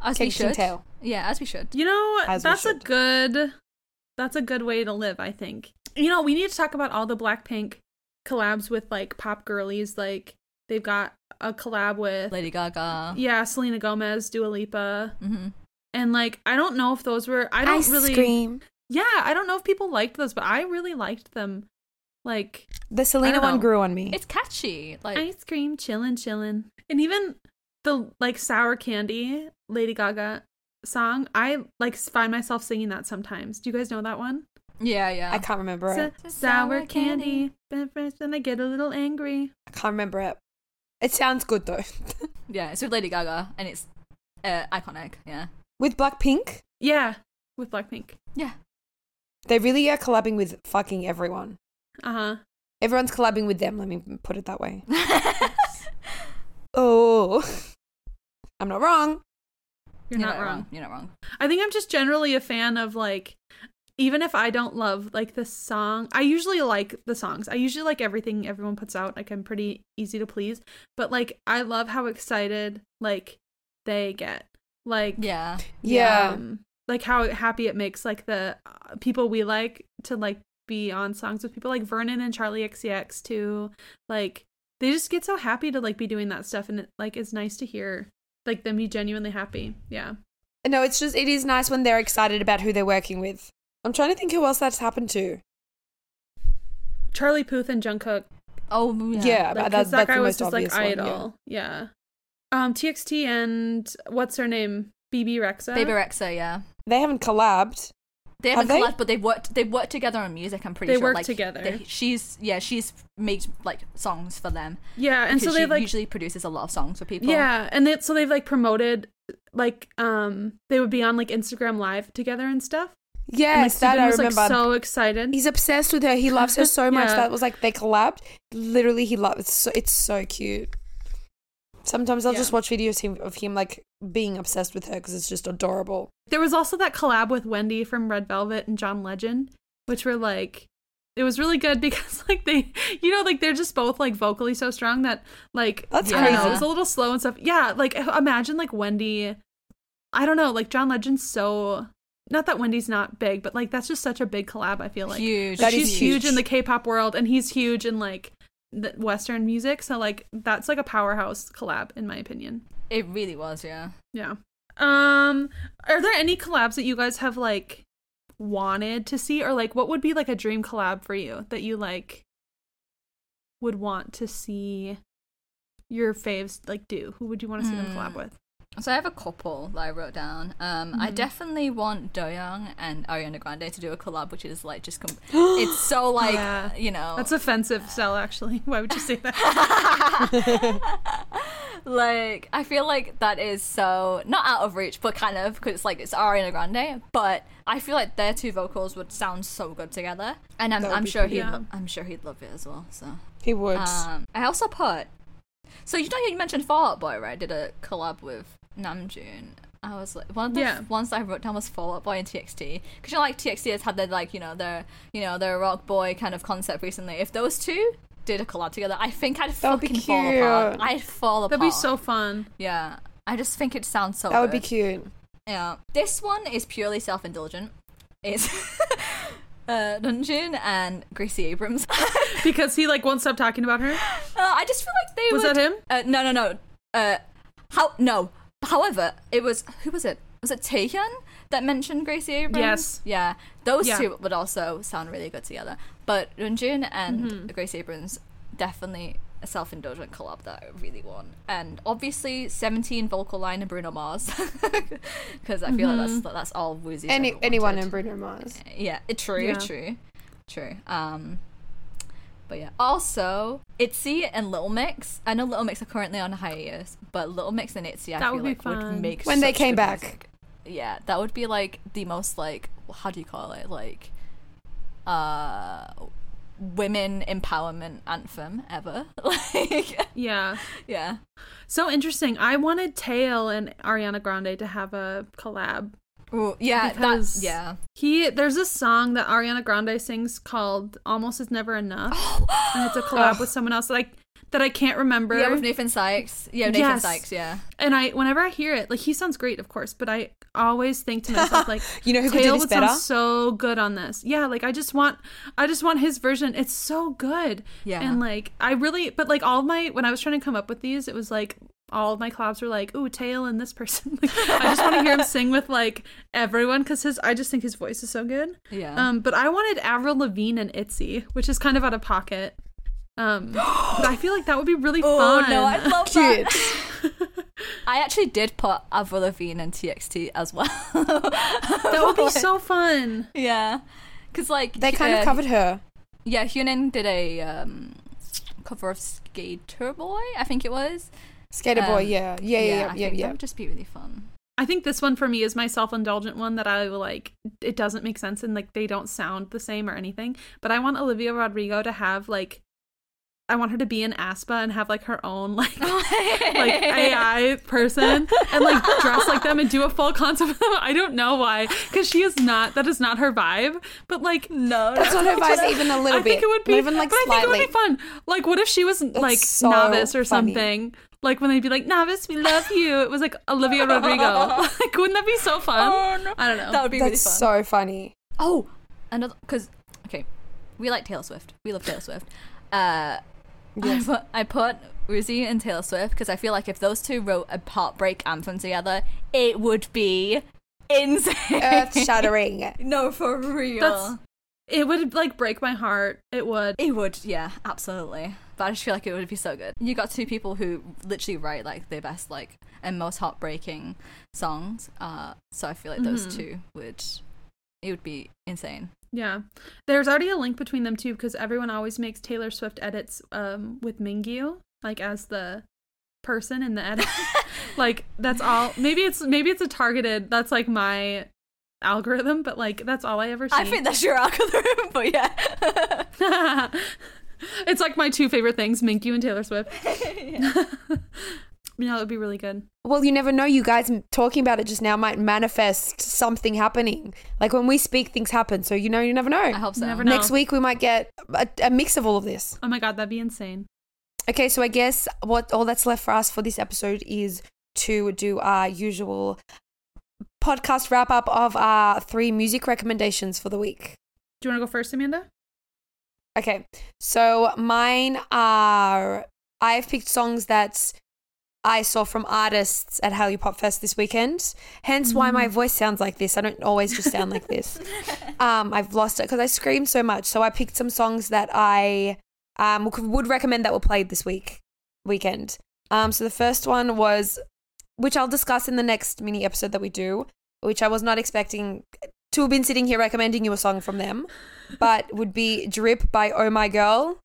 As we
Cake and
should.
tail.
Yeah, as we should.
You know,
As we
that's a
should.
good that's a good way to live, I think. You know, we need to talk about all the Blackpink collabs with like pop girlies like they've got a collab with
Lady Gaga.
yeah, Selena Gomez, Dua Lipa.
hmm
And like I don't know if those were I don't really Yeah, I don't know if people liked those, but I really liked them. Like
The Selena
don't
one
know.
grew on me.
It's catchy. Like
ice cream, chillin', chillin'. And even the like sour candy Lady Gaga song, I like find myself singing that sometimes. Do you guys know that one?
yeah, yeah.
I can't remember it.
S- sour candy. Been friends, Then I get a little angry.
I can't remember it. It sounds good though. [LAUGHS]
yeah, it's with Lady Gaga and it's uh, iconic. Yeah.
with Blackpink,
Yeah, with Blackpink.
[LAUGHS] Yeah.
they really are collabing with fucking everyone.
Uh huh.
Everyone's collabing with them. Let me put it that way. oh, [LAUGHS] I'm not wrong.
You're not wrong.
You're not wrong.
I think I'm just generally a fan of like even if I don't love like the song, I usually like the songs. I usually like everything everyone puts out. Like I'm pretty easy to please, but like I love how excited like they get. Like
Yeah.
Yeah.
um, like how happy it makes like the uh, people we like to like be on songs with people like Vernon and Charlie XCX too. Like they just get so happy to like be doing that stuff and it like is nice to hear like them be genuinely happy. Yeah.
No, it's just it is nice when they're excited about who they're working with. I'm trying to think who else that's happened to.
Charlie Puth and Jungkook
Oh yeah.
Yeah,
like, 'cause
but Uh, that's,
that
that's
guy
the
was
most
just
obvious
like
one. yeah.
idol. Yeah. Um, TXT and what's her name? BB Rexa.
Baby Rexha, yeah.
They haven't collabed.
They
Have
haven't
they?
collabed, but they've worked. They've worked together on music. I'm pretty
They
sure.
work
like,
together.
they- she's yeah. She's made like songs for them.
Yeah, and so
because
they
she
like
usually produces a lot of songs for people.
yeah, and they, so they've like promoted like um they would be on like Instagram Live together and stuff. and, like,
Yes, that
Steven
I
was,
remember.
Like, so excited.
He's obsessed with her. He loves her so much.
Yeah.
That was like they collabed. Literally, he loves. It's so, it's so cute. Sometimes I'll
Yeah.
just watch videos him, of him like being obsessed with her because it's just adorable.
There was also that collab with Wendy from Red Velvet and John Legend, which were like it was really good [LAUGHS] because like they you know like they're just both like vocally so strong that like
That's
I don't know,
crazy.
it was a little slow and stuff. Yeah, like imagine like Wendy I don't know, like John Legend's so not that Wendy's not big, but like that's just such a big collab I feel like.
huge.
That
She's
is
huge.
huge.
in the K-pop world and he's huge in like the western music, so like that's like a powerhouse collab in my opinion.
It really was, yeah.
Yeah. Um are there any collabs that you guys have like wanted to see or like what would be like a dream collab for you that you like would want to see your faves like do? Who would you want to see them collab with?
So I have a couple that I wrote down. Um,
Mm-hmm.
I definitely want Doyoung and Ariana Grande to do a collab, which is like
[GASPS]
just com- it's so like
Yeah.
you know
[LAUGHS]
That's offensive, Sel, actually. [LAUGHS] Why would you say that?
[LAUGHS] like I feel like that is so not out of reach, but kind of because it's like it's Ariana Grande. But I feel like their two vocals would sound so good together, and I'm,
That would
I'm
be
sure
pretty-
he
yeah.
would I'm sure he'd love it as well. So
He would.
Uh,
um, I also put so you know you mentioned Fallout Boy right? Did a collab with Namjoon. I was like one of the
Yeah.
ones that I wrote down was Fallout Boy and TXT because you know like TXT has had their like you know their you know their rock boy kind of concept recently. If those two did a collab together, I think I'd
That would be
fucking fall apart.
cute.
I'd fall apart.
That'd be so fun.
Yeah, I just think it sounds so.
that would be
good.
cute.
Yeah, this one is purely self-indulgent. It's [LAUGHS] uh, Namjoon and Gracie Abrams. [LAUGHS]
Because he like won't stop talking about her.
Uh, I just feel like they
Was
would-
that him?
Uh, no, no, no. Uh, how? No. However, it was who was it? Was it Taehyun that mentioned Gracie Abrams?
Yes.
Yeah, those
Yeah.
two would also sound really good together. But Runjin and
Mm-hmm.
Gracie Abrams definitely a self-indulgent collab that I really want. And obviously, Seventeen, Vocal Line, and Bruno Mars, [LAUGHS] because I feel
Mm-hmm.
like that's that's all Woozy.
Any anyone in Bruno Mars.
Yeah, it, true,
Yeah.
true, true. Um, but yeah. Also, Itzy and Little Mix. I know Little Mix are currently on hiatus, but Little Mix and Itzy, I
That
feel
would be
like
fun.
would make
When they
such
came
good
back.
music. Yeah, that would be like the most like how do you call it like, uh, women empowerment anthem ever. [LAUGHS] like,
Yeah.
yeah.
So interesting. I wanted Tail and Ariana Grande to have a collab
Ooh, yeah,
Because-
that, yeah.
He there's a song that Ariana Grande sings called "Almost Is Never Enough,"
[GASPS]
and it's a collab with someone else that I that I can't remember.
Yeah, with Nathan Sykes. Yeah, Nathan
Yes.
Sykes, yeah.
and I whenever I hear it, like he sounds great, of course, but I always think to myself like,
[LAUGHS] You know who could do
Taylor
this
would
better?
sound so good on this. Yeah, like I just want, I just want his version. It's so good.
Yeah.
and like I really, but like all of my when I was trying to come up with these, it was like. All of my collabs were like, ooh, Tail and this person. [LAUGHS] Like, I just want to hear him sing with like everyone because his, I just think his voice is so good.
Yeah.
Um, but I wanted Avril Lavigne and Itzy, which is kind of out of pocket. Um, but I feel like that would be really
[GASPS] Oh
fun. [LAUGHS]
no, I
[LAUGHS]
love
Cute.
that. I actually did put Avril Lavigne and TXT as well.
that would be so fun.
[LAUGHS] yeah, because like
They kind
uh,
of covered her.
Yeah, Hyunin did a um, cover of Skater Boy, I think it was.
Skater boy.
um,
Yeah. Yeah. Yeah. Yeah.
I
Yeah.
think That
yeah.
would just be really
[LAUGHS]
fun.
I think this one for me is my self-indulgent one that I like. It doesn't make sense and like they don't sound the same or anything. But I want Olivia Rodrigo to have like I want her to be in Aspa and have like her own [LAUGHS] like like
[LAUGHS]
AI person and like dress like them and do a full concert with them. I don't know why because she is not that is not her vibe. But like
No,
That's
[LAUGHS]
no.
not her vibe even a little
I
bit.
think it would be
Not even like
but I think
slightly.
it would be fun. Like what if she was like
so
novice or
funny.
something? Like when they'd be like novice, we love you. It was like
[LAUGHS]
Olivia Rodrigo. [LAUGHS] like wouldn't that be so fun?
Oh, no.
I don't know.
That would be really
That's
fun.
so funny.
oh, another because okay, we like Taylor Swift. We love Taylor Swift. Uh, I put I put Uzi and Taylor Swift because I feel like if those two wrote a heartbreak anthem together, it would be insane.
Earth
[LAUGHS]
shattering.
no, for real.
That's- it would like break my heart. It would.
It would, yeah, absolutely. But I just feel like it would be so good. You got two people who literally write like their best, like and most heartbreaking songs. Uh, so I feel like those two would, it would be insane.
Yeah. There's already a link between them too because everyone always makes Taylor Swift edits um with Mingyu like as the person in the
[LAUGHS]
edit. like that's all. Maybe it's maybe it's a targeted that's like my algorithm but like that's all I ever see.
I think that's your algorithm, [LAUGHS] but yeah,
[LAUGHS] it's like my two favorite things, Mingyu and Taylor [LAUGHS] Swift. yeah, that would be really good.
Well, you never know. You guys m- talking about it just now might manifest something happening. Like when we speak, things happen. So you know, you never know.
I hope so.
Never know.
Next week we might get a, a mix of all of this.
Oh my god, that'd be insane.
Okay, so I guess what all that's left for us for this episode is to do our usual podcast wrap up of our three music recommendations for the week.
Do you want to go first, Amanda?
Okay, so mine are I've picked songs that I saw from artists at Hallyu Pop Fest this weekend. Hence, why my voice sounds like this. I don't always just sound like this. Um, I've lost it because I screamed so much. So I picked some songs that I um, c- would recommend that were played this week weekend. Um, so the first one was, which I'll discuss in the next mini episode that we do, which I was not expecting to have been sitting here recommending you a song from them, but would be "Drip" by Oh My Girl.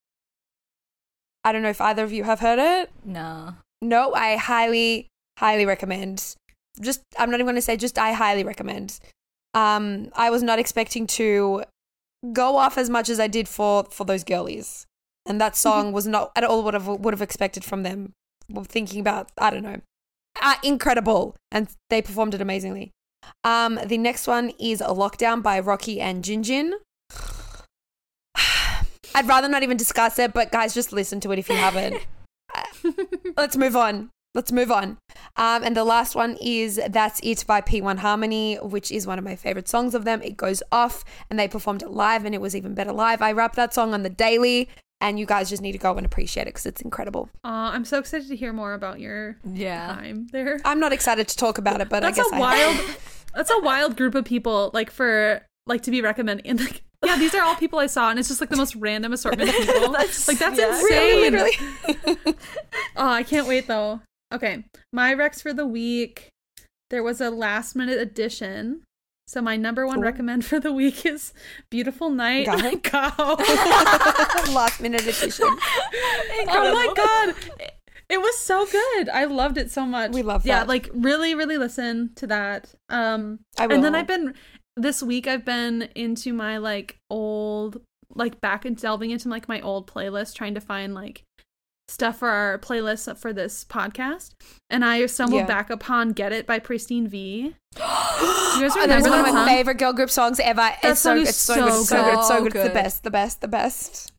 I don't know if either of you have heard it.
no,
No, I highly, highly recommend. Just, I'm not even going to say just, I highly recommend. Um, I was not expecting to go off as much as I did for for those girlies, and that song was not at all what I would have expected from them. Well, Thinking about, I don't know, uh, incredible, and they performed it amazingly. Um, the next one is a lockdown by Rocky and Jinjin. [SIGHS] I'd rather not even discuss it, but guys, just listen to it if you haven't. Uh, Let's move on. Let's move on. Um, and the last one is That's It by P1 Harmony, which is one of my favorite songs of them. It goes off and they performed it live and it was even better live. I rap that song on the daily and you guys just need to go and appreciate it because it's incredible.
Uh, I'm so excited to hear more about your
yeah.
time there.
I'm not excited to talk about it, but
that's
I guess
a
I
wild [LAUGHS]
[LAUGHS]
that's a wild group of people like for like to be recommending and like yeah these are all people i saw and it's just like the most random assortment [LAUGHS] of people like that's
yeah.
insane
really, literally. [LAUGHS]
oh i can't wait though okay my recs for the week there was a last minute addition so my number one recommend for the week is beautiful night
Got
by
it.
Kao.
[LAUGHS] Last minute edition.
Oh my god. It- It was so good. I loved it so much.
We love
Yeah,
that.
like really, really listen to that. Um
I
and then
will.
I've been this week I've been into my like old like back and delving into like my old playlist, trying to find like stuff for our playlist for this podcast. And I stumbled
Yeah.
back upon Get It by Pristine
[GASPS]
V. you guys
Oh, that was
remember
one of
that
my
song?
favorite girl group songs ever. it's so,
song is
it's so,
so
good. It's so good. It's so
good.
good. It's the best, the best, the best.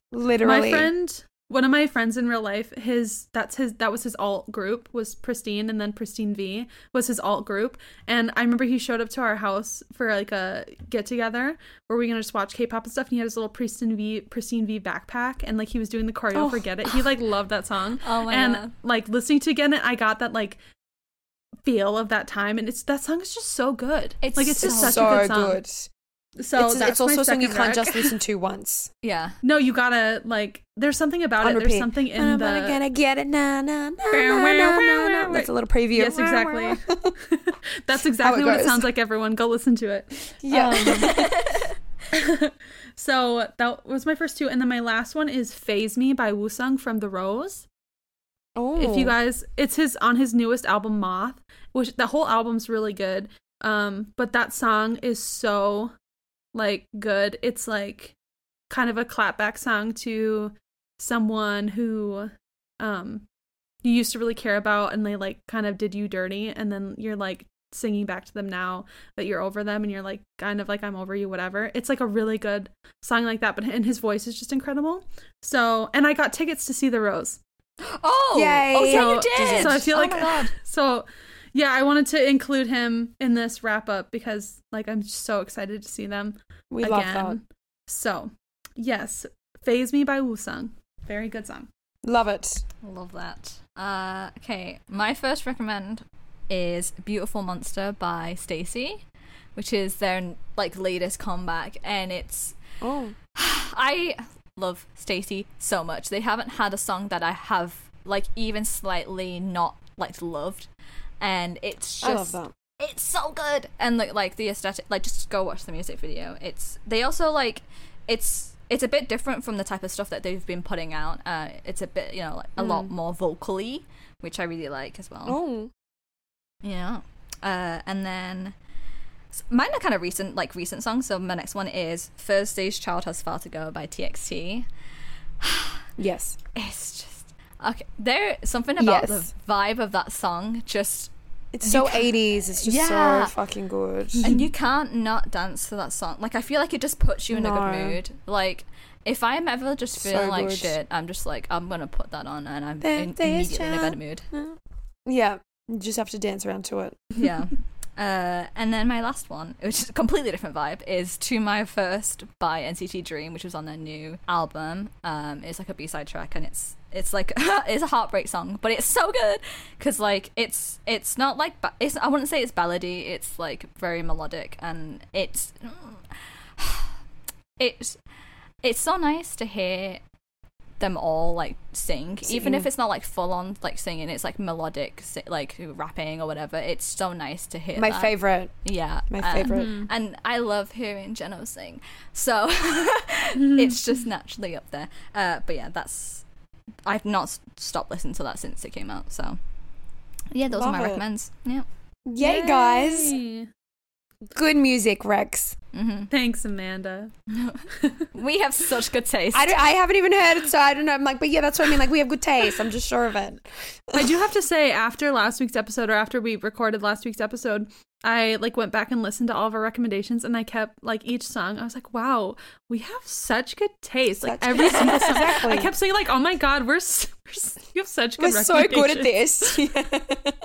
My
Literally.
friend, one of my friends in real life, his that's his that was his alt group was Pristine, and then Pristine V was his alt group. And I remember he showed up to our house for like a get together where we are gonna just watch K-pop and stuff. And he had his little Pristine V Pristine V backpack, and like he was doing the choreo for Get It. He like loved that song.
[LAUGHS] Oh my
and
God.
like listening to Get It, I got that like feel of that time, and it's that song is just so good.
It's
like it's just
so
such
Oh, so
a
good.
good song.
It's,
So that's
it's also
my
a song you
second
can't
rec.
just listen to once.
Yeah.
No, you gotta like. There's something about
On
it.
repeat.
There's something [LAUGHS] in
I'm
the.
gonna gonna get it. Na, na, na,
Bow, wow, wow,
na, na, na,
wow.
na. That's a little preview.
Yes, exactly. That's exactly
it
what it
goes.
sounds like. Everyone, go listen to it.
[LAUGHS] yeah.
Um, [LAUGHS] so that was my first two, and then my last one is "Phase Me" by Woosung from The Rose.
oh.
Um, If you guys, it's his on his newest album Moth, which the whole album's really good. Um, but that song is so like good. It's like kind of a clapback song to someone who um you used to really care about and they like kind of did you dirty and then you're like singing back to them now that you're over them and you're like kind of like I'm over you whatever. It's like a really good song like that but and his voice is just incredible. So, and I got tickets to see The Rose.
Oh,
Yay.
oh yeah,
So-
you did.
so I feel like-
oh my god.
So, yeah, I wanted to include him in this wrap up because like I'm so excited to see them
We
again.
love
So, yes, Phase Me by Woosung. Very good song.
that. Love it.
Love that. Uh, okay, my first recommend is "Beautiful Monster" by Stacy, which is their like latest comeback, and it's [SIGHS]
Oh.
I love Stacy so much. They haven't had a song that I have like even slightly not like loved, and it's just
I love that.
it's so good and like like the aesthetic like just go watch the music video it's they also like it's it's a bit different from the type of stuff that they've been putting out uh it's a bit you know like a lot more vocally which i really like as well
Mm. Oh.
yeah uh and then s- mine are kind of recent like recent songs so my next one is thursday's child has far to go by txt
Yes.
it's just okay there something about
Yes.
the vibe of that song just
It's so 80s. It's just
Yeah.
so fucking good.
and you can't not dance to that song. Like I feel like it just puts you in a
No.
good mood. Like if I'm ever just
So
feeling like
good.
shit, I'm just like I'm gonna put that on and I'm
There-
in,
there's
immediately in a better
John.
mood.
Yeah. You just have to dance around to it.
[LAUGHS]
Yeah. Uh, and then my last one, which is a completely different vibe, is "To My First by NCT Dream, which was on their new album. Um, it's like a B side track, and it's it's like [LAUGHS] it's a heartbreak song, but it's so good because like it's it's not like ba- it's I wouldn't say it's ballady. It's like very melodic, and it's [SIGHS] it's it's so nice to hear them all like sing, even if it's not like full on like singing. It's like melodic, si- like rapping or whatever. It's so nice to hear.
My
that.
favorite.
Yeah.
My
uh,
favorite.
And I love hearing Jeno sing.
[LAUGHS]
So [LAUGHS] it's just naturally up there. Uh, but yeah, that's. I've not s- stopped listening to that since it came out. So yeah, those
Love
are my
it.
recommends. Yeah.
Yay, guys.
Yay.
Good music, Rex.
hmm
Thanks, Amanda.
[LAUGHS] We have such good taste.
I, don't, I haven't even heard it, so I don't know. I'm like, but yeah, that's what I mean. Like, we have good taste. I'm just sure of it.
I do have to say, after last week's episode, or after we recorded last week's episode, I like went back and listened to all of our recommendations, and I kept like each song. I was like, "Wow, we have such good taste!" Like
Such
every
good- [LAUGHS]
single song.
Exactly.
I kept saying, "Like, oh my god, we're, s- [LAUGHS] we're s- you have such good
We're so good at
recommendations."
this.
[LAUGHS]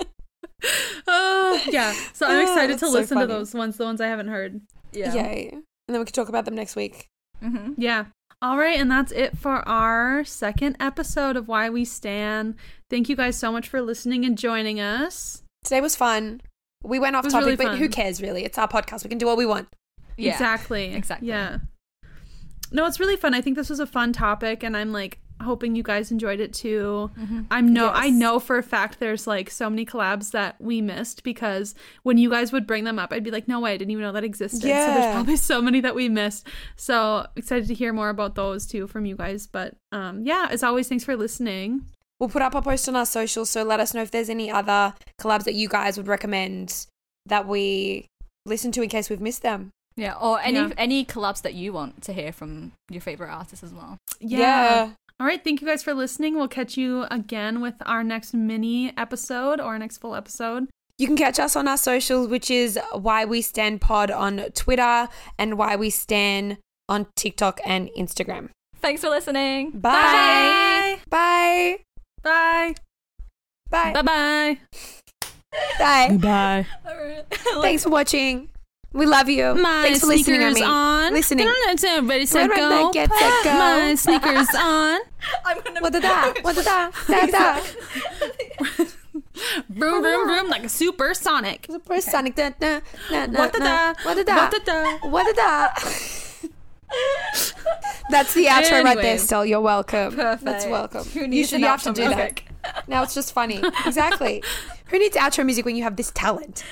Oh yeah, so I'm
Oh,
excited to
that's so
listen to
funny.
those ones, the ones I haven't heard.
yeah.
Yay. And then we can talk about them next week.
hmm
Yeah. All right, and that's it for our second episode of Why We Stan. Thank you guys so much for listening and joining us.
Today was fun. We went off
It was
topic,
really
but
fun.
who cares, really? It's our podcast. We can do what we want.
Yeah.
Exactly.
exactly.
Yeah. No, it's really fun. I think this was a fun topic and I'm like hoping you guys enjoyed it too. I'm no I
Yes.
know for a fact there's like so many collabs that we missed because when you guys would bring them up, I'd be like, No way, I didn't even know that existed. So
Yeah.
there's probably so many that we missed. So excited to hear more about those too from you guys. But um yeah, as always, thanks for listening.
We'll put up a post on our socials, so let us know if there's any other collabs that you guys would recommend that we listen to in case we've missed them.
Yeah. Or any
Yeah.
any collabs that you want to hear from your favorite artists as well.
All right. Thank you guys for listening. We'll catch you again with our next mini episode or next full episode.
You can catch us on our socials, which is Why We Stand Pod on Twitter and Why We Stand on TikTok and Instagram.
Thanks for listening.
Bye. Bye.
Bye.
Bye.
Bye bye.
Bye.
Bye.
[LAUGHS] Thanks for watching. We love you.
My
Thanks for
sneakers
listening to me.
on.
Listening.
Don't let everybody say
Where
go.
are they? Get set, go.
My
[LAUGHS]
sneakers on.
I'm gonna
What the da? What the
[LAUGHS]
da? Da da.
Vroom, vroom, vroom, like a supersonic.
Supersonic. Da da. Na, na,
What the
na.
da?
What the da?
What the da?
What the da? [LAUGHS] That's the outro right there,
Anyways.
Stell. You're welcome.
Perfect.
That's welcome.
Who needs
Usually
an
you have to
outro
do
music? [LAUGHS]
[LAUGHS] that. Now it's just funny. Exactly. Who needs outro music when you have this talent?